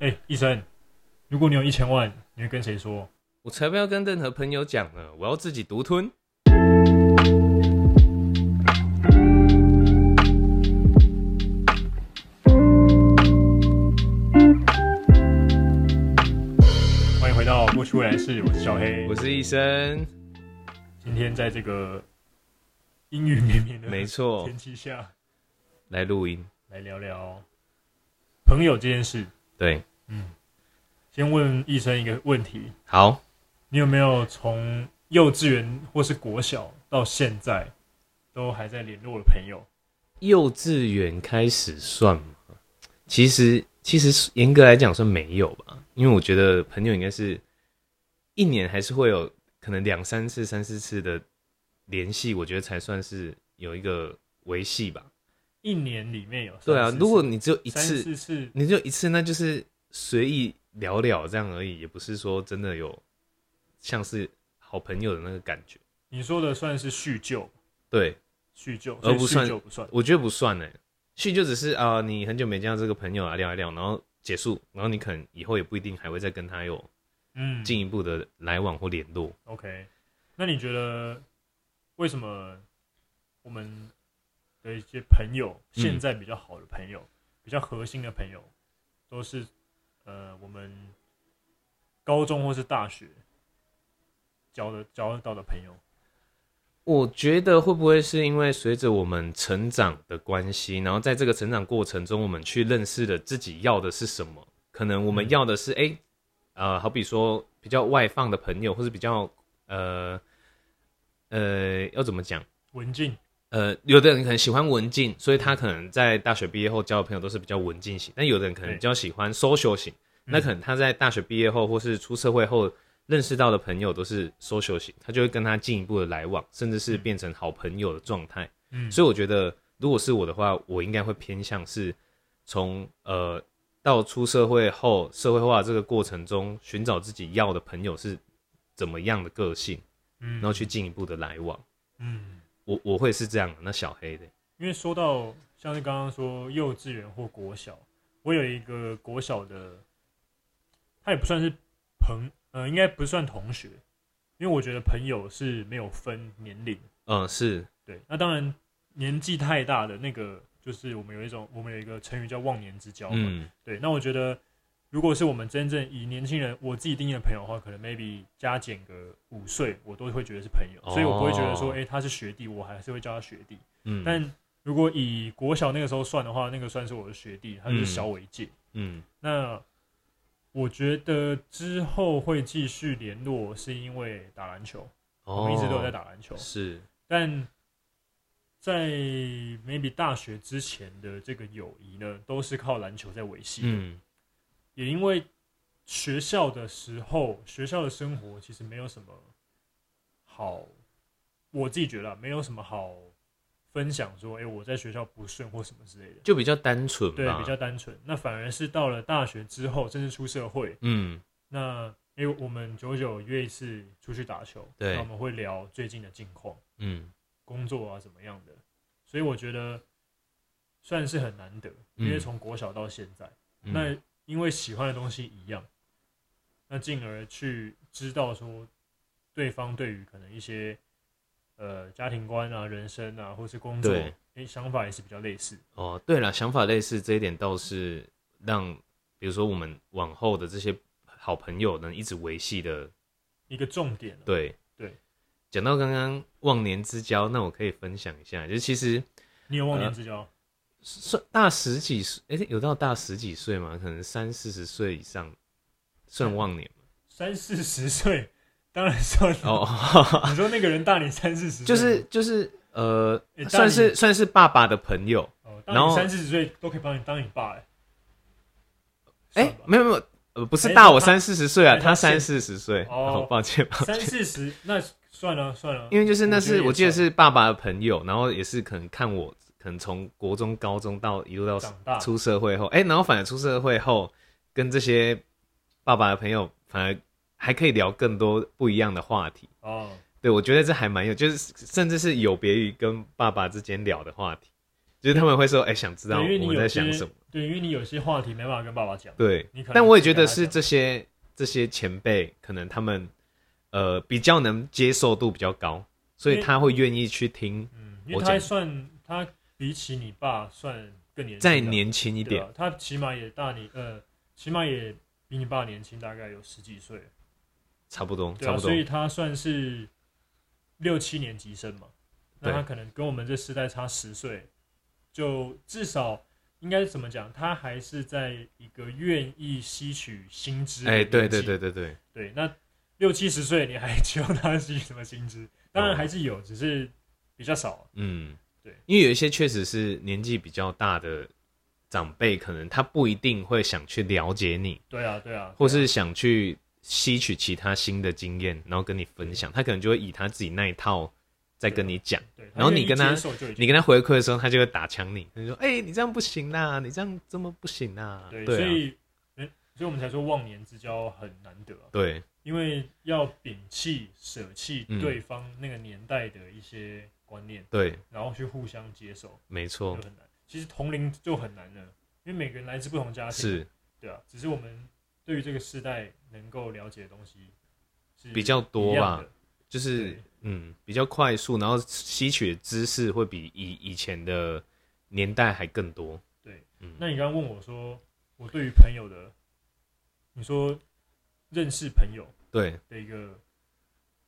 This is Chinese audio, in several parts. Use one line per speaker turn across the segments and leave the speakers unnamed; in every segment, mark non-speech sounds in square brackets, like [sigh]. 哎、医生，如果你有一千万，你会跟谁说？
我才不要跟任何朋友讲呢，我要自己独吞。
欢迎回到过去未来式，我是小黑
我。是医生，
今天在这个阴雨绵绵的
没错
天，气下，
来录音。
来聊聊朋友这件事。
对，
先问医生一个问题：
好，
你有没有从幼稚园或是国小到现在都还在联络的朋友？
幼稚园开始算吗？其实，其实严格来讲算没有吧，因为我觉得朋友应该是一年还是会有可能两三次、三四次的联系，我觉得才算是有一个维系吧。
一年里面有三
对啊，
四次
如果你只有一
三
次，
四次，
你就一次，那就是随意聊聊这样而已，也不是说真的有像是好朋友的那个感觉。
你说的算是叙旧，
对，
叙旧，
而
所
不
以
算
叙旧不算。
我觉得不算呢，去就只是啊、你很久没见到这个朋友啊，聊一聊，然后结束，然后你可能以后也不一定还会再跟他有
嗯，
进一步的来往或联络。
OK，那你觉得为什么我们的一些朋友，
嗯
现在比较好的朋友、比较核心的朋友，都是呃我们高中或是大学交的交到的朋友？
我觉得会不会是因为随着我们成长的关系，然后在这个成长过程中，我们去认识了自己要的是什么？可能我们
嗯
要的是，哎、呃，好比说比较外放的朋友，或是比较呃呃，要怎么讲？
文静，
呃，有的人可能喜欢文静，所以他可能在大学毕业后交的朋友都是比较文静型；但有的人可能
对嗯
比较喜欢 social 型，那可能他在大学毕业后或是出社会后认识到的朋友都是 social 型，他就会跟他进一步的来往，甚至是变成好朋友的状态。
嗯，
所以我觉得，如果是我的话，我应该会偏向是从呃到出社会后社会化这个过程中，寻找自己要的朋友是怎么样的个性，
嗯
然后去进一步的来往。
嗯，
我我会是这样的。那小黑的，
因为说到像是刚刚说幼稚园或国小，我有一个国小的，他也不算是朋，呃，应该不算同学，因为我觉得朋友是没有分年龄。
嗯、是
对，那当然年纪太大的那个，就是我们有一种，我们有一个成语叫忘年之交嘛。
嗯
对，那我觉得如果是我们真正以年轻人我自己定义的朋友的话，可能 maybe 加减个五岁，我都会觉得是朋友，所以我不会觉得说，
哦
诶，他是学弟，我还是会叫他学弟。
嗯，
但如果以国小那个时候算的话，那个算是我的学弟，他就是小我一届。
嗯
那我觉得之后会继续联络，是因为打篮球，
哦，
我们一直都有在打篮球。
是
但在 maybe 大学之前的这个友谊呢，都是靠篮球在维系。，
嗯
也因为学校的时候，学校的生活其实没有什么好，我自己觉得啊没有什么好分享说，哎、我在学校不顺或什么之类的。
就比较单纯吧，
对，比较单纯。那反而是到了大学之后，甚至出社会，
嗯
那因为我们久久约一次出去打球，
对
那我们会聊最近的近况。
嗯
工作啊怎么样的，所以我觉得算是很难得，因为从国小到现在，
嗯
那因为喜欢的东西一样，那进而去知道说对方对于可能一些呃家庭观啊、人生啊，或是工作，
对
诶想法也是比较类似。
哦，对了，想法类似这一点倒是让，比如说我们往后的这些好朋友能一直维系的，
一个重点、啊，
对
对。
讲到刚刚忘年之交，那我可以分享一下，就其实
你有忘年之
呃
交，
算大十几岁，哎、有到大十几岁嘛？可能三四十岁以上
嗯
算忘年嘛
三四十岁，当然算。
哦，
你说那个人大你三四十岁，
就是就是呃
诶，
算是算是爸爸的朋友，
哦，当
然
你
后
三四十岁都可以帮你当你爸、欸，
哎、
算吧
没有没有，呃，不是
哎
大
他
我三四十岁啊，
哎他
他三
现
四十岁，
哦
哦，抱歉抱
三
歉，
四十，那算了算了，
因为就是那
我觉
是
得也
我记得
算
是爸爸的朋友，然后也是可能看我可能从国中、高中到一路到
长大
出社会后，哎、然后反而出社会后跟这些爸爸的朋友反而还可以聊更多不一样的话题。
哦，
对，我觉得这还蛮有，就是甚至是有别于跟爸爸之间聊的话题，就是他们会说，哎、想知道
对因为你
我们
有
在
些
想什么，
对，因为你有些话题没办法跟爸爸讲，
对，
你可能
但我也觉得
只
是
跟他
这些这些前辈，可能他们呃比较能接受度比较高，所以
因为
他会愿意去听
讲，嗯，因为
我
他还
讲
算他比起你爸算更年轻
再
吧
年轻一
对
点。
啊，他起码也大你呃，起码也比你爸年轻，大概有十几岁，
差不多，
对
差
啊，
不多
所，以他算是六七年级生嘛，那
对
他可能跟我们这世代差十岁，就至少应该是怎么讲，他还是在一个愿意吸取新知的
哎，
年纪，
对对对对对，
对，那六七十岁你还期望他吸取什么新知？当然还是有，只是比较少，
嗯，
对，
因为有一些确实是年纪比较大的长辈，可能他不一定会想去了解你，
对啊，对啊，
或是想去吸取其他新的经验，然后跟你分享，他可能就会以他自己那一套再跟你讲。
对，啊
然后你跟他
愿意接受就已经
你跟他回馈的时候，他就会打枪你，他就说：“哎、你这样不行啦，你这样这么不行啦。”
对，
啊
所以，嗯所以我们才说忘年之交很难得啊、
对
因为要摒弃、舍弃
嗯
对方那个年代的一些观念，
对，
然后去互相接受，
没
就
错，
很难。其实同龄就很难了，因为每个人来自不同家庭，
是
对啊，只是我们对于这个世代能够了解的东西是
比较多
一样
吧
的，
就是
对
嗯，比较快速，然后吸取的知识会比以以前的年代还更多。
对，
嗯
那你刚刚问我说，我对于朋友的，你说认识朋友
对，
的一个，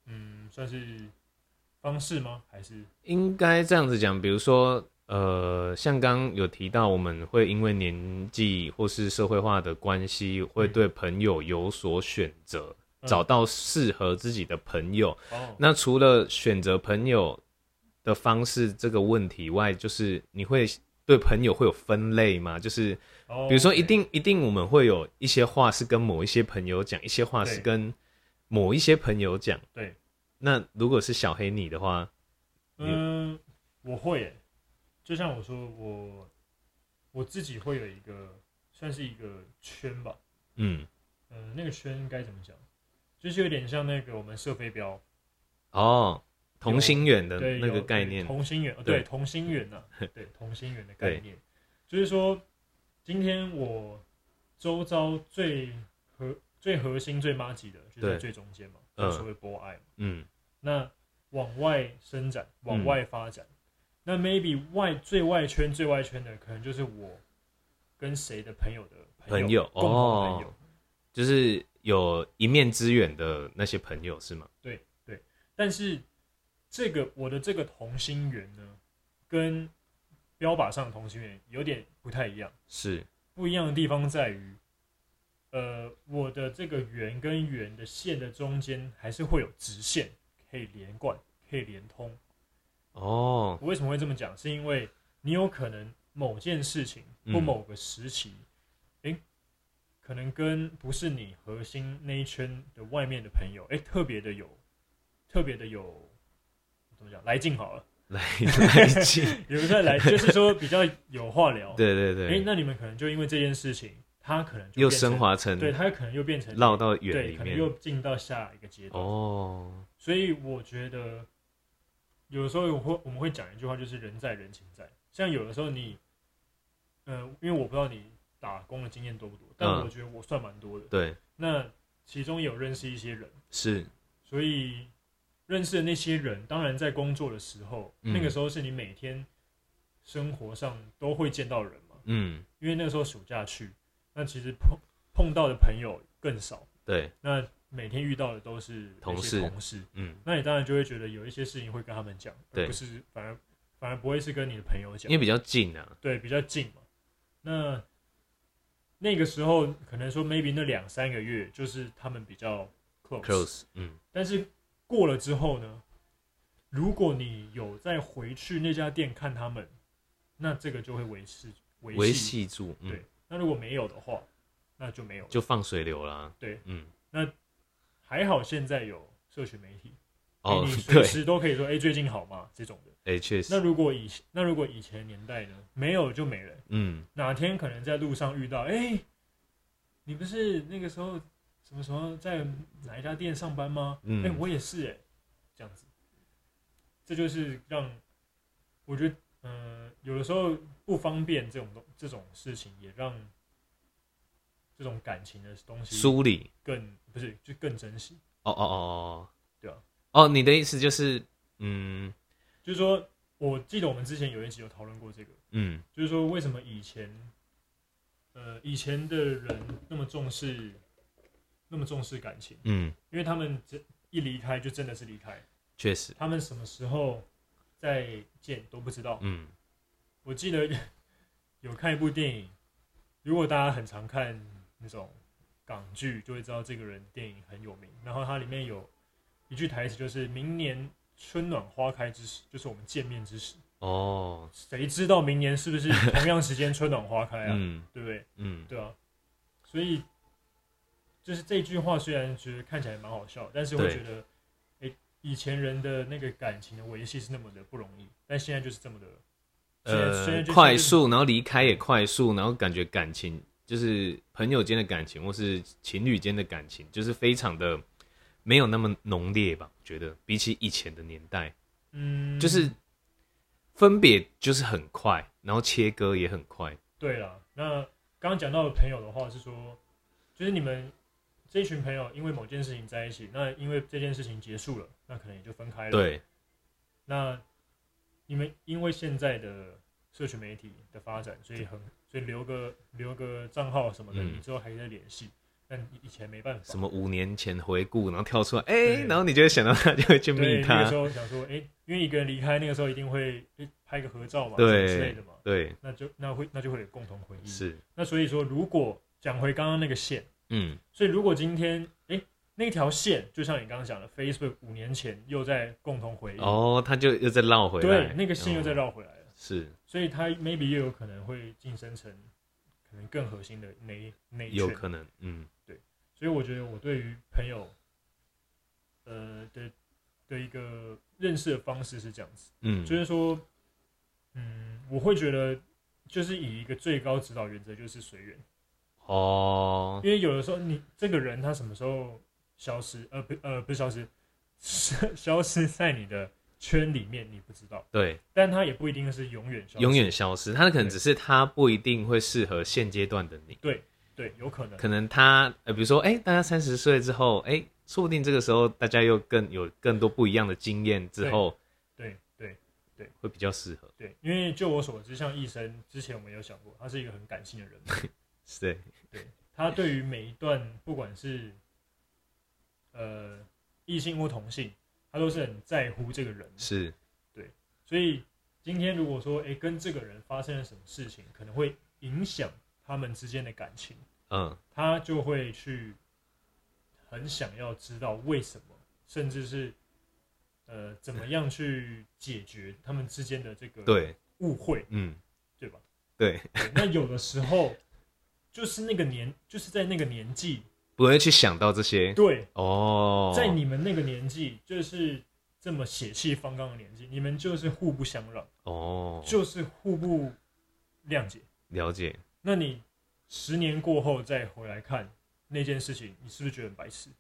嗯，算是方式吗？还是
应该这样子讲，比如说，呃，像刚刚有提到，我们会因为年纪或是社会化的关系，会对朋友有所选择，
嗯
找到适合自己的朋友。
哦，
那除了选择朋友的方式这个问题外，就是你会对朋友会有分类吗？就是
哦
比如说，一
OK
定一定我们会有一些话是跟某一些朋友讲，一些话是
对
跟某一些朋友讲。
对，
那如果是小黑你的话，
嗯，我会耶，就像我说，我我自己会有一个算是一个圈吧，
嗯，
嗯，那个圈该怎么讲？就是有点像那个我们射飞镖
哦，同
有
心圆的
对
那个
有
概
对
念，
同心圆，哦
对
对同心圆呐，对同心圆的概念，就是说今天我周遭最核最核心最妈级的，就是
对
在最中间嘛，就
嗯
是所谓博爱嘛。
嗯，
那往外伸展，往外发展。那 maybe 外最外圈最外圈的，可能就是我跟谁的朋友的朋友，
朋友
共同朋友。
哦就是有一面之缘的那些朋友是吗？
但是这个我的这个同心圆呢，跟标靶上的同心圆有点不太一样。
是，
不一样的地方在于，呃，我的这个圆跟圆的线的中间还是会有直线可以连贯，可以连通。 [laughs]
哦，
我为什么会这么讲？是因为你有可能某件事情
嗯
或某个时期，诶、可能跟不是你核心那一圈的外面的朋友，诶、特别的有，特别的有，怎么讲来劲好了，
来来劲，
也不算
[laughs]
来，就是说比较有话聊。，
对对
诶、
对，
那你们可能就因为这件事情，他可能就
又
变成
升，华成
对他可能又变成
绕到圆
对，
里
可能
面
又，进到下一个阶段。
哦，
所以我觉得有时候我会我们会讲一句话，就是人在人情在。像有的时候你，嗯、因为我不知道你打工的经验多不多，但
嗯
我觉得我算蛮多的。
对，
那其中有认识一些人，
是，
所以认识的那些人，当然在工作的时候，
嗯
那个时候是你每天生活上都会见到的人嘛，
嗯，
因为那个时候暑假去，那其实碰碰到的朋友更少，
对，
那每天遇到的都是那
同
些
事
同事
嗯，
那你当然就会觉得有一些事情会跟他们讲，
对
而不是反而反而不会是跟你的朋友
因
讲
为，比较近啊，
对，比较近嘛。那那个时候可能说 maybe 那两三个月就是他们比较 close，,
close，嗯，
但是过了之后呢，如果你有再回去那家店看他们，那这个就会维持
维
维系。
系住，嗯
对，那如果没有的话，那就没有了。
就放水流啦，
对，
嗯，
还好现在有社群媒体，
哦
哎
[laughs]
你，随
对，
时都可以说哎、最近好吗这种的。
哎，确
那
实，
如果以那如果以前的年代呢，没有就没了。
嗯，
哪天可能在路上遇到，哎、你不是那个时候什么时候在哪一家店上班吗？哎、
嗯
我也是哎、这样子，这就是让我觉得，嗯、有的时候不方便这种东这种事情，也让这种感情的东西
梳理。
更不是就更珍惜。
哦哦哦哦，哦
对啊。
哦，你的意思就是，嗯
就是说，我记得我们之前有一集有讨论过这个，
嗯
就是说为什么以前，呃，以前的人那么重视，那么重视感情，
嗯，
因为他们这一离开就真的是离开，
确实，
他们什么时候再见都不知道。
嗯
我记得有看一部电影，如果大家很常看那种港剧，就会知道这个人电影很有名。然后它里面有一句台词，就是“明年春暖花开之时，就是我们见面之时”。
哦，
谁知道明年是不是同样时间春暖花开啊？
嗯
对不对？
嗯
对啊，所以就是这句话虽然觉得看起来蛮好笑，但是我
对
觉得，哎、以前人的那个感情的维系是那么的不容易，但现在就是这么的，现在现在
呃，
就是
快速，然后离开也快速，然后感觉感情就是朋友间的感情，或是情侣间的感情，就是非常的没有那么浓烈吧？我觉得比起以前的年代，
嗯，
就是分别就是很快，然后切割也很快。
对了。那刚刚讲到的朋友的话是说，就是你们这一群朋友因为某件事情在一起，那因为这件事情结束了，那可能也就分开了。
对，
那你们因为现在的社群媒体的发展，所以很所以留个留个账号什么的，
嗯
你之后还可以再联系。但以以前没办法，
什么五年前回顾，然后跳出来，哎、
对
然后你就会想到他，就会去
对那
密
个
他
时。候想说，哎、因为一个人离开，那个时候一定会诶拍个合照嘛，什么
对
之类的嘛，
对，
那就那会那就会有共同回忆。
是，
那所以说，如果讲回刚刚那个线，
嗯，
所以如果今天哎、诶那条线，就像你刚刚讲的，Facebook 五年前又在共同回忆，
哦，他就又再绕回来，
对，那个线又再
哦
绕回来了。
是
所以他 maybe 又有可能会晋升成可能更核心的那一那一
有
圈。
可能，嗯。
所以我觉得我对于朋友，呃的的一个认识的方式是这样子，
嗯，
就是说，嗯，我会觉得就是以一个最高指导原则就是随缘，
哦，
因为有的时候你这个人他什么时候消失，呃不呃不是消失，是消失在你的圈里面你不知道，
对，
但他也不一定是永远消失，
永远消失，他可能
对
只是他不一定会适合现阶段的你，
对有可能。
可能他呃，比如说，哎、大家三十岁之后，哎、说不定这个时候大家又更有更多不一样的经验，之后
对对
会比较适合，
对，因为就我所知，像医生之前我们有想过，他是一个很感性的人，
是对，
他对于每一段不管是呃异性或同性，他都是很在乎这个人。
是，
所以今天如果说诶跟这个人发生了什么事情，可能会影响他们之间的感情，
嗯，
他就会去很想要知道为什么，甚至是呃怎么样去解决他们之间的这个
对，
误会，
嗯，
对吧？
对，
对那有的时候就是那个年，就是在那个年纪，
不会去想到这些，
对，
哦，
在你们那个年纪，就是这么血气方刚的年纪，你们就是互不相让，
哦，
就是互不谅解。
了解，
那你十年过后再回来看那件事情，你是不是觉得很白痴？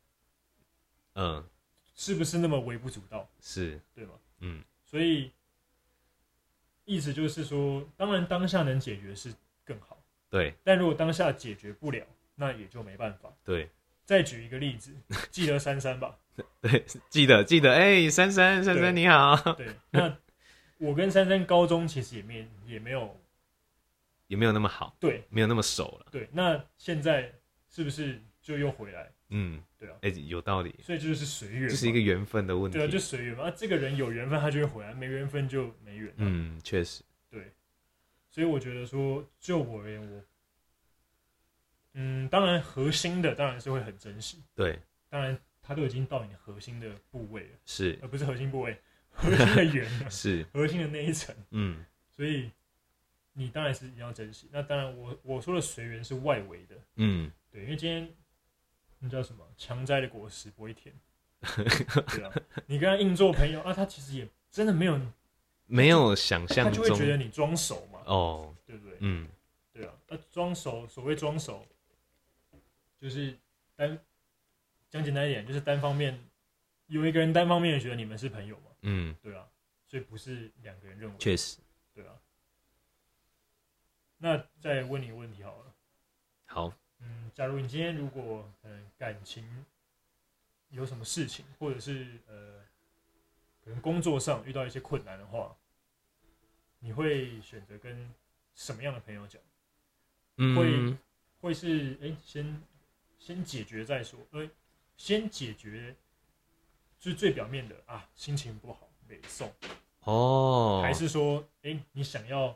嗯，
是不是那么微不足道，
是，
对吗？
嗯，
所以意思就是说，当然当下能解决是更好，
对
但如果当下解决不了，那也就没办法。
对
再举一个例子，记得珊珊
[laughs]
吧？
对，记得记得，哎、珊珊珊珊
对
你好， [laughs]
对，那我跟珊珊高中其实也没也没有
也没有那么好，
对
没有那么熟了，
对，那现在是不是就又回来？
嗯，
对啊
哎、有道理。
所以这就是随缘嘛，
这是一个缘分的问题。
对啊，就随缘嘛。啊这个人有缘分他就会回来，没缘分就没缘、嗯，
嗯，确实，
所以我觉得说，就我而言，我嗯，当然核心的当然是会很珍惜，
对，
当然他都已经到你的核心的部位了，呃
是
而不是核心部位，核心的缘
[laughs]
了，
是，
核心的那一层。
嗯，
所以你当然是一定要珍惜。那当然我，我说的随缘是外围的，
嗯，
对，因为今天那叫什么强摘的果实不会甜，对啊，你跟他硬做朋友啊，他其实也真的没有，
没有想
他
象
就会觉得
中
你装熟嘛，
哦，
对不对？
嗯，
对啊，那装熟，所谓装熟，就是单讲简单一点，就是单方面有一个人单方面的觉得你们是朋友嘛，
嗯，
对啊，所以不是两个人认为，
确实，
对啊，那再问你一个问题好了，
好，
嗯，假如你今天如果可能感情有什么事情，或者是呃，可能工作上遇到一些困难的话，你会选择跟什么样的朋友讲？
嗯，
会是哎、诶先先解决再说，呃，先解决就是最表面的啊，心情不好北送，
哦，
还是说哎、诶你想要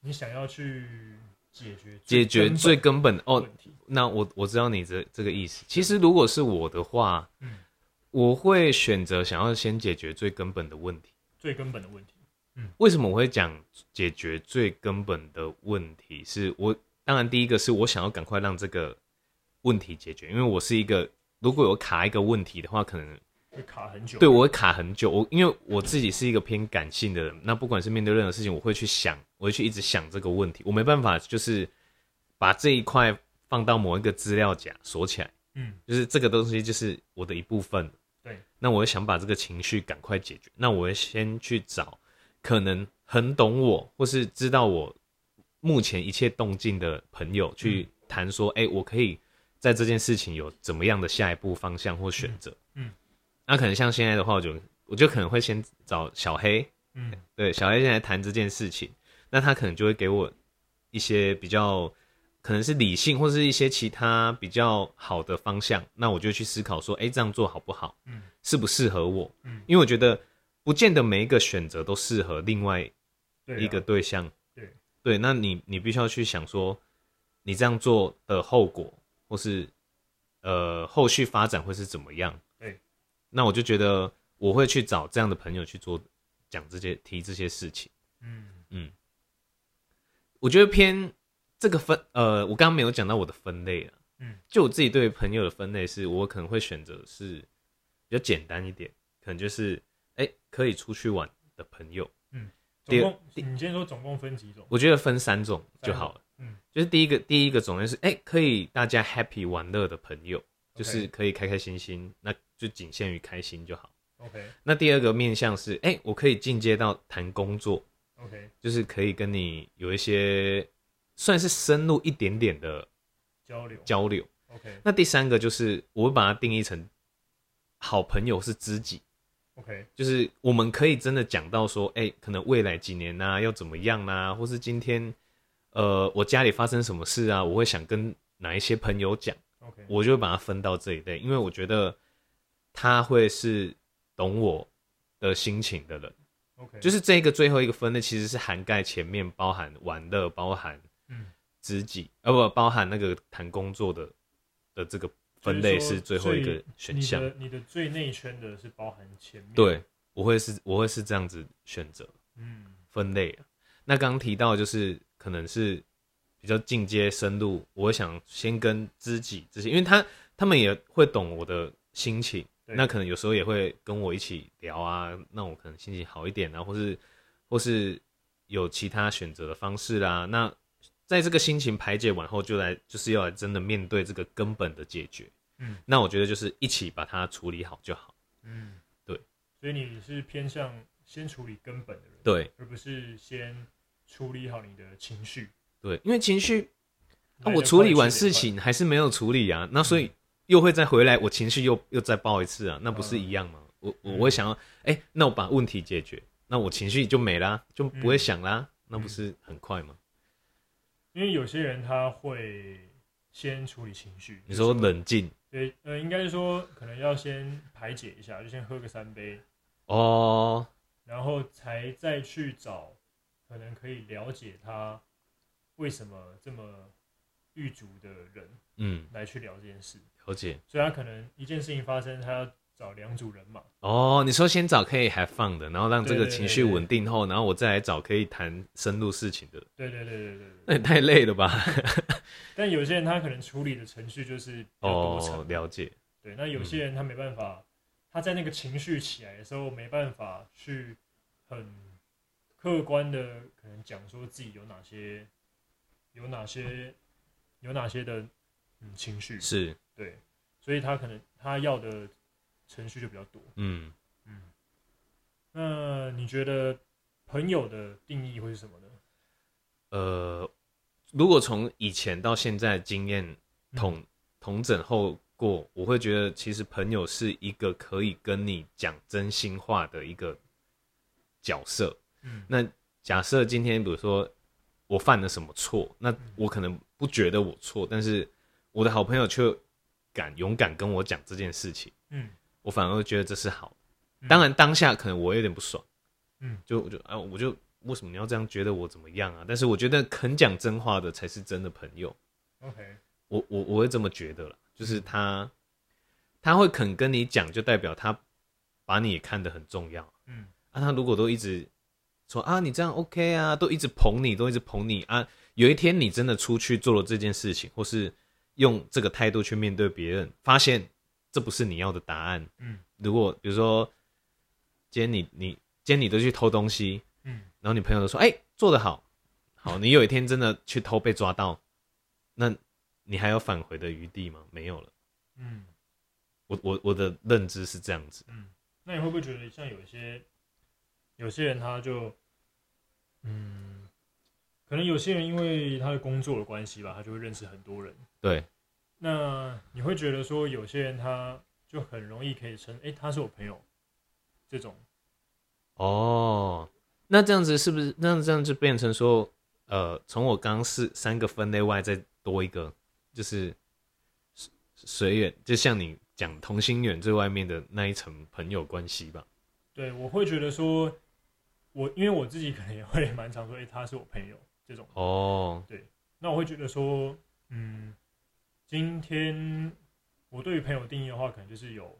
你想要去解决
解决
根本
最根本的
的
哦，
问题，
那我我知道你这这个意思。其实如果是我的话，
嗯
我会选择想要先解决最根本的问题。
最根本的问题，
为什么我会讲解决最根本的问题？是我当然第一个是我想要赶快让这个问题解决，因为我是一个如果有卡一个问题的话，可能
会卡很久。
对我会卡很久。我因为我自己是一个偏感性的人，那不管是面对任何事情，我会去想，我会去一直想这个问题，我没办法就是把这一块放到某一个资料夹锁起来。
嗯，
就是这个东西就是我的一部分。
对，
那我会想把这个情绪赶快解决，那我会先去找可能很懂我或是知道我目前一切动静的朋友
嗯
去谈说，哎、我可以在这件事情有怎么样的下一步方向或选择、
嗯嗯
那可能像现在的话，我就我就可能会先找小黑，
嗯
对，小黑现在谈这件事情，那他可能就会给我一些比较，可能是理性或是一些其他比较好的方向，那我就去思考说，哎、这样做好不好？
嗯，
适不适合我？
嗯，
因为我觉得不见得每一个选择都适合另外
对啊，
一个对象。
对
对，那你你必须要去想说，你这样做的后果，或是呃后续发展会是怎么样？
对，
那我就觉得我会去找这样的朋友去做讲这些提这些事情。
嗯
我觉得偏这个分，呃，我刚刚没有讲到我的分类啊。
嗯，
就我自己对朋友的分类是，我可能会选择是比较简单一点，可能就是哎、可以出去玩的朋友。
总
第
共你今天说总共分几种？
我觉得分三种就好了。
三种嗯，
就是第一个第一个种类是哎、可以大家 happy 玩乐的朋友，
OK
就是可以开开心心，那就仅限于开心就好。
OK
那第二个面向是哎、我可以进阶到谈工作，
OK
就是可以跟你有一些算是深入一点点的
交流
交流。
OK
那第三个就是我会把它定义成好朋友是知己，
OK
就是我们可以真的讲到说，哎、可能未来几年呐、啊要怎么样啦、或是今天呃我家里发生什么事啊，我会想跟哪一些朋友讲，
OK
我就会把它分到这一类，因为我觉得他会是懂我的心情的人。
OK，
就是是这个最后一个分类其实是涵盖前面包含玩乐、包含
嗯
知己，呃不包含那个谈工作的的这个分类是最后一个选项
你。的你的最内圈的是包含前面，，
对，我会是我会是这样子选择
嗯
分类啊。那刚刚提到就是可能是比较进阶深入，我想先跟知己这些，因为他他们也会懂我的心情，
对
那可能有时候也会跟我一起聊啊，那我可能心情好一点啊，或是或是有其他选择的方式啦。那在这个心情排解完后，就来就是要来真的面对这个根本的解决。
嗯，
那我觉得就是一起把它处理好就好。
嗯
对，
所以你是偏向先处理根本的人，
对
而不是先处理好你的情绪。
对，因为情绪啊，
来得
我处理
快
完
去得
事
快
情还是没有处理啊，那所以
嗯
又会再回来，我情绪又又再爆一次啊，那
嗯
不是一样吗？我我会想要，哎、那我把问题解决，那我情绪就没啦，就不
嗯
会想啦，那不是很快吗？
因为有些人他会先处理情绪，
你说冷静
对，呃，应该是说可能要先排解一下，就先喝个三杯，
哦，
然后才再去找可能可以了解他为什么这么狱卒的人
嗯，
来去聊这件事。
了解
所以他可能一件事情发生，他要找两组人嘛，
哦。你说先找可以还放的，然后让这个
对对对
情绪
对
稳定后，然后我再来找可以谈深入事情的，
对对对对对对。
那也太累了吧？
[laughs] 但有些人他可能处理的程序就是比较多啊层
哦，，了解，
对，那有些人他没办法，他在那个情绪起来的时候没办法去很客观的可能讲说自己有哪些有哪些有哪些的嗯情绪，
是，
对，所以他可能他要的程序就比较多。
嗯。
那你觉得朋友的定义会是什么呢？
呃，如果从以前到现在的经验统统整后过，我会觉得其实朋友是一个可以跟你讲真心话的一个角色。
嗯
那假设今天比如说我犯了什么错，那我可能不觉得我错，但是我的好朋友却敢勇敢跟我讲这件事情，
嗯
我反而会觉得这是好的。
嗯
当然当下可能我有点不爽，
嗯，
就我就啊，我就为什么你要这样觉得我怎么样啊？但是我觉得肯讲真话的才是真的朋友，
，OK，
我我我会这么觉得了，就是他他会肯跟你讲，就代表他把你也看得很重要
嗯
啊。他如果都一直说啊你这样 OK 啊，都一直捧你，都一直捧你啊，有一天你真的出去做了这件事情，或是用这个态度去面对别人，发现这不是你要的答案，
嗯
如果比如说今天你你今天你都去偷东西，
嗯，
然后你朋友都说哎、做得好，好，你有一天真的去偷被抓到，那你还有返回的余地吗？没有了。
嗯。
我我我的认知是这样子，
那你会不会觉得像有一些有些人他就嗯，可能有些人因为他的工作的关系吧，他就会认识很多人。
对，
那你会觉得说有些人他就很容易可以称诶，他是我朋友这种，
哦，那这样子是不是那这样就变成说，呃，从我刚刚四三个分类外再多一个，就是随随缘，就像你讲同心圆最外面的那一层朋友关系吧。
对我会觉得说我因为我自己可能也会 [laughs] 蛮常说诶，他是我朋友这种，
哦，
那我会觉得说嗯，今天我对于朋友定义的话，可能就是有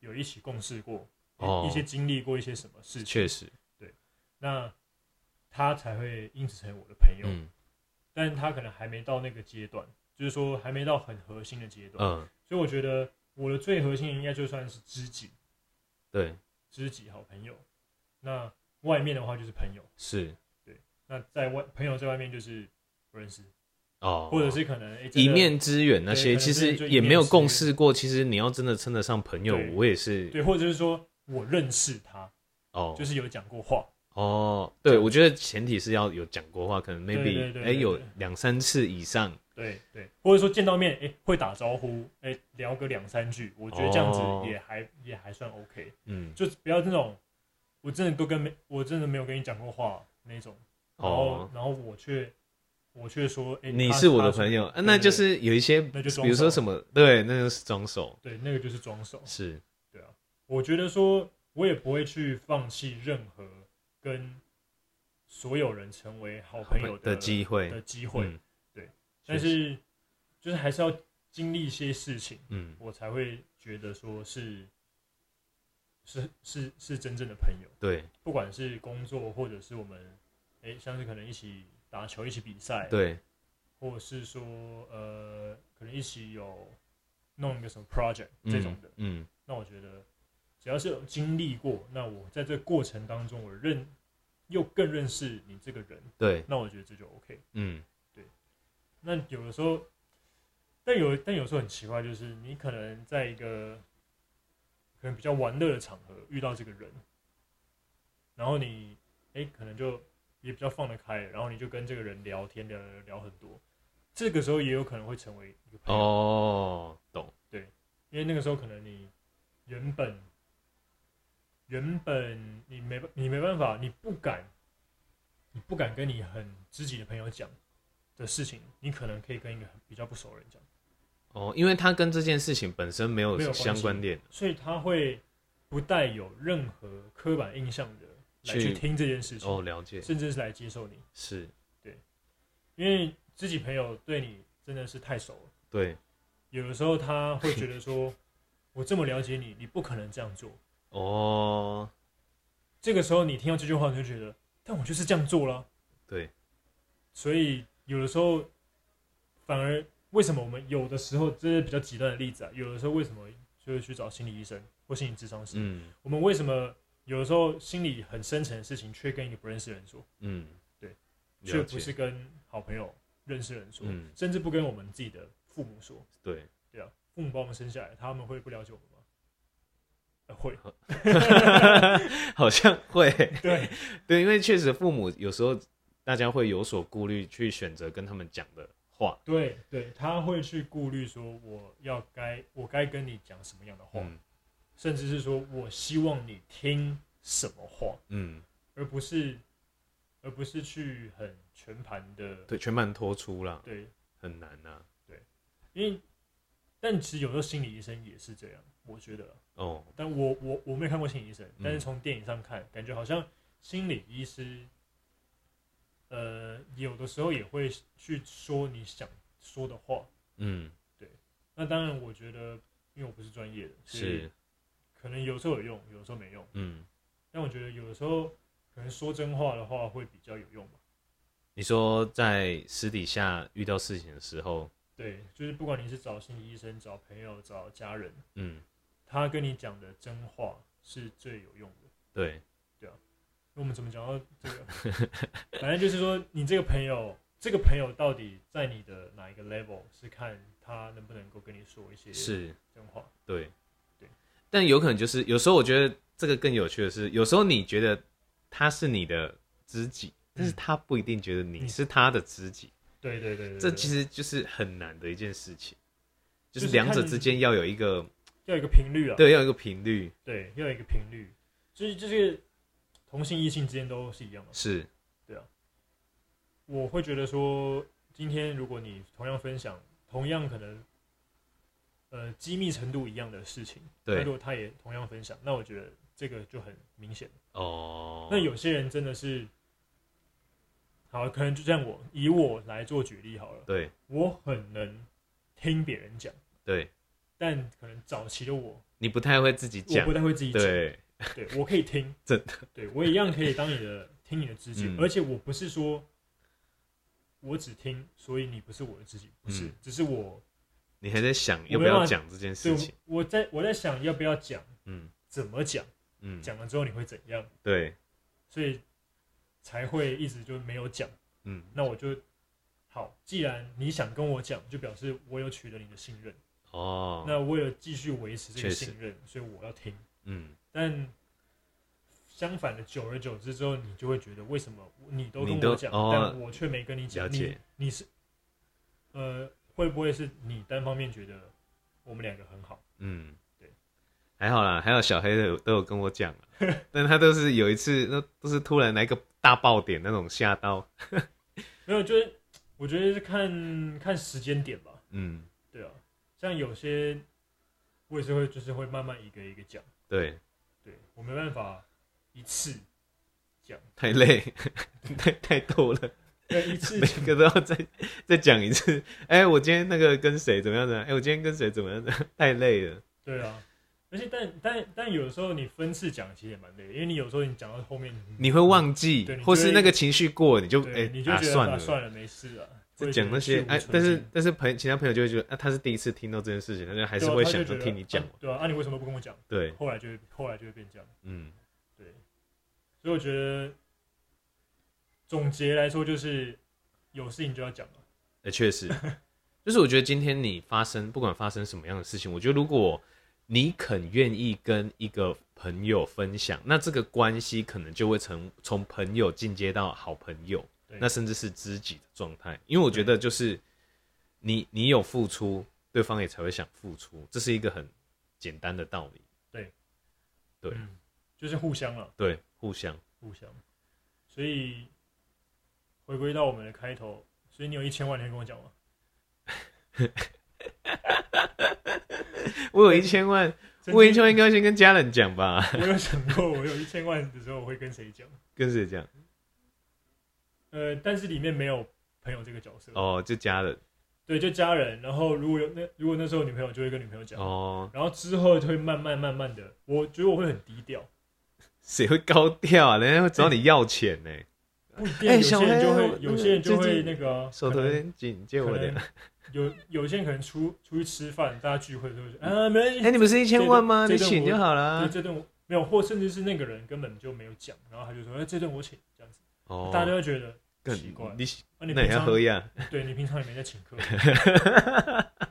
有一起共事过。
哦
一些经历过一些什么事情，
确实，
那他才会因此成为我的朋友。
嗯
但是他可能还没到那个阶段，就是说还没到很核心的阶段。
嗯，
所以我觉得我的最核心应该就算是知己、
对，
知己、好朋友。那外面的话就是朋友，
是
那在外朋友在外面就是不认识，
哦，
或者是可能、诶真
一
的
面之缘那
对
些，
可能
其
真
实
的就一
也没
面
有
之
共
缘
事过。其实你要真的称得上朋友
对，
我也是
对，或者是说我认识他，
哦，
就是有讲过话。
哦，对，我觉得前提是要有讲过话，可能
对
maybe
对对
哎、
对
有
对
两三次以上，
对对，或者说见到面，诶，会打招呼，诶，聊个两三句，我觉得这样子
哦
也还、也还算 OK。
嗯，
就是不要那种，我真的都跟没，我真的没有跟你讲过话那种，然后、
哦，
然后我却我却说，哎、
你
他
是我的
他
朋友，啊
对
那
对
就是有一些，
那就装
比如说
熟
什么，对，那就是装手，
对，那个就是装熟。
是
我觉得说，我也不会去放弃任何跟所有人成为好朋友
的
的
机会，
的机会，
嗯
但
确实
是就是还是要经历一些事情，
嗯，
我才会觉得说是是是是真正的朋友。
对
不管是工作，或者是我们，诶，像是可能一起打球、一起比赛，
对，
或者是说，呃，可能一起有弄一个什么 project
嗯
这种的，
嗯，
那我觉得只要是有经历过，那我在这个过程当中，我认又更认识你这个人，
对，
那我觉得这就 OK。
嗯，
那有的时候，但有但有时候很奇怪，就是你可能在一个可能比较玩乐的场合遇到这个人，然后你哎、诶可能就也比较放得开，然后你就跟这个人聊天聊聊聊很多，这个时候也有可能会成为一个朋友，
哦，懂，
因为那个时候可能你原本原本你没办你没办法，你不敢你不敢跟你很知己的朋友讲的事情，你可能可以跟一个比较不熟的人讲。
哦，因为他跟这件事情本身没有
没有关
相
系
关联，
所以他会不带有任何刻板印象的来去
去
听这件事情，
哦，了解，
甚至是来接受你，
是，
因为知己朋友对你真的是太熟了，
对，
有的时候他会觉得说，我这么了解你，你不可能这样做。
哦，
这个时候你听到这句话，你就觉得，但我就是这样做了，
对，
所以有的时候反而为什么我们有的时候这是比较极端的例子啊，有的时候为什么就会去找心理医生或心理咨商师？
嗯
我们为什么有的时候心里很深沉的事情，却跟一个不认识的人说？
嗯，
对，
了
却
解
不是跟好朋友、认识的人说，
嗯
甚至不跟我们自己的父母说，
对，
对啊，父母把我们生下来，他们会不了解我们吗？呃、会，
[laughs] 好像会，
对
对，因为确实父母有时候大家会有所顾虑，去选择跟他们讲的话。
对对，他会去顾虑说我要该我该跟你讲什么样的话，
嗯
甚至是说我希望你听什么话，
嗯，
而不是而不是去很全盘的
对，全盘托出啦，
对，
很难啊。
因为但其实有时候心理医生也是这样，我觉得啦，
哦，
但我我我没有看过心理医生，但是从电影上看，感觉好像心理医师，呃，有的时候也会去说你想说的话。
嗯，
那当然，我觉得因为我不是专业的，所以
是，
可能有时候有用，有时候没用。
嗯，
但我觉得有的时候可能说真话的话会比较有用吧。
你说在私底下遇到事情的时候，
对，就是不管你是找心理医生、找朋友、找家人，
嗯，
他跟你讲的真话是最有用的。
对，
我们怎么讲到这个？ [laughs] 反正就是说，你这个朋友，这个朋友到底在你的哪一个 level，是看他能不能够跟你说一些
是。
真话。
对，
对。
但有可能就是有时候我觉得这个更有趣的是，有时候你觉得他是你的知己，但是他不一定觉得你
嗯
是他的知己，
对对对对
这其
实
实就是很难的一件事情，就
就是是
两者
看
之间要有一个
要有一个频率啊，
对要有一个频率，
对，要有一个频率，就是就是同性异性之间都是一样的。
是
我会觉得说，今天如果你同样分享，同样可能，呃，机密程度一样的事情，那如
对
果他也同样分享，那我觉得这个就很明显。
哦。
那有些人真的是，好，可能就像我以我来做举例好了，
对
我很能听别人讲，
对，
但可能早期的我，
你不太会自己
我
讲
不，太会自己讲，
对
对我可以听，
[laughs] 真
的，对我一样可以当你的听你的知己，
嗯
而且我不是说我只听，所以你不是我的知己，不是，
嗯
只是我，
你还在想
我
要不
没办
要
法
讲这件
所以
事情，
我在我在想要不要讲，
嗯
怎么讲，
嗯，
讲了之后你会怎样，
对，
所以才会一直就没有讲。
嗯
那我就好，既然你想跟我讲，就表示我有取得你的信任。
哦，
那为了继续维持这个
确实
信任，所以我要听。
嗯，
但相反的，久而久之之后，你就会觉得为什么你都跟
你都
我讲，
哦
但我却没跟你讲
了？
你
解
你是呃，会不会是你单方面觉得我们两个很好？
嗯，
对，
还好啦，还有小黑都有都有跟我讲
[laughs]
啊，但他都是有一次，那都是突然来个大爆点那种吓到，
没有，就是我觉得是看看时间点吧。
嗯，
对啊，像有些我也是会，就是会慢慢一个一个讲。
对，
对我没办法一
[laughs]
次讲，
太累， [laughs] 太太多了，
对一次
每个都要再再讲一次。哎、我今天那个跟谁怎么样的？哎、我今天跟谁怎么样的？太累了，
[laughs] 对啊。而且但但但有时候你分次讲其实也蛮累的，因为你有时候你讲到后面，
[laughs] 你会忘记
对，你就
或
会
是那个情绪过，你就哎、
对，你就
啊
觉得
算了。
算了，没事啊。
就讲那些哎
哎，，
但是但是朋其他朋友就会觉得啊，他是第一次听到这件事情，他就还是
对
会
啊他
想
就
着
觉得
听你讲
啊。对啊，那你为什么不跟我讲？
对，
后来就会后来就会变这样，
嗯，
对。所以我觉得总结来说就是有事情就要讲啊嘛，
呃，确实，就是我觉得今天你发生不管发生什么样的事情，我觉得如果你肯愿意跟一个朋友分享，那这个关系可能就会从从朋友进阶到好朋友
对，
那甚至是知己的状态。因为我觉得就是你你有付出，对方也才会想付出，这是一个很简单的道理。对
嗯，就是互相了。
对，互相
互相。所以回归到我们的开头，所以你有一千万，你会跟我讲吗？
我有一千万，我有一千万应该先跟家人讲吧，
[laughs] 我有想过，我有一千万的时候，我会跟谁讲？
跟谁讲？
呃，但是里面没有朋友这个角色，
哦，就家人
对，就家人。然后如果有那如果那时候有女朋友，就会跟女朋友讲。
哦，
然后之后就会慢慢慢慢的，我觉得我会很低调，
谁会高调啊？人家会找你要钱呢、
不一定。
哎
有
小
些人
黑
就
我
会，
那
有
个
些人就
最
会
近
那个啊
手头
可
有
能
点紧，借我
可
点。
能有有些人可能出出去吃饭，大家聚会的时候就啊，没关系
哎、，啊你不是一千万吗？
这
你
段
请就好
对
啦。
这顿我没有，或甚至是那个人根本就没有讲，然后他就说：“哎、这顿我请。”这样子，
哦
大家都会觉得
更
奇怪
你
啊，你平
那你还
常
喝呀？
[laughs] 对你平常也没在请客，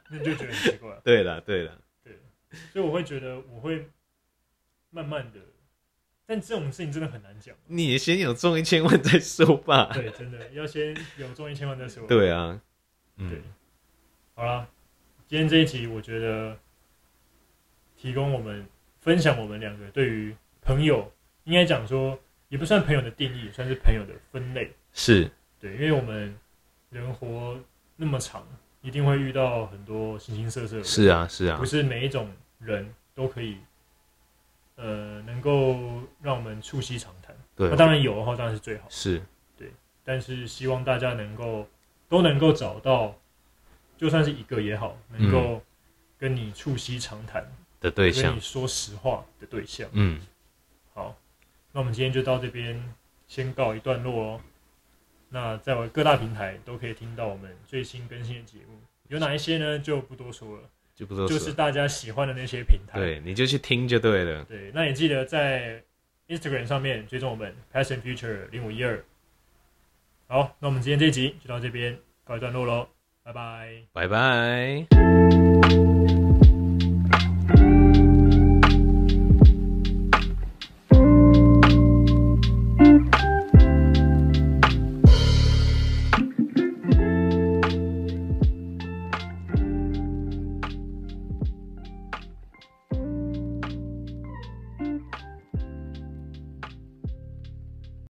那你就觉得很奇怪。啊
对了对了，
所以我会觉得我会慢慢的但这种事情真的很难讲。
你先有中一千万再说吧。
对，真的要先有中一千万再说。
对啊，嗯
对，好啦，今天这一集我觉得提供我们分享我们两个对于朋友，应该讲说也不算朋友的定义，算是朋友的分类。
是
对，因为我们人活那么长，一定会遇到很多形形色色的人，
是啊是啊
不，是每一种人都可以，呃，能够让我们促膝长谈。
对
那，当然有的话，当然是最好。
是
但是希望大家能够都能够找到，就算是一个也好，能够跟你促膝长谈、
的嗯对
跟
象
你。说实话的对象。
嗯，
好，那我们今天就到这边先告一段落哦。那在我各大平台都可以听到我们最新更新的节目，有哪一些呢？就不多说了，
就不多
就是
说。
大家喜欢的那些平台。
对，你就去听就对了。
对，那也记得在 Instagram 上面追踪我们 Passion Future 零五一二。好，那我们今天这一集就到这边告一段落喽，拜拜。
拜拜。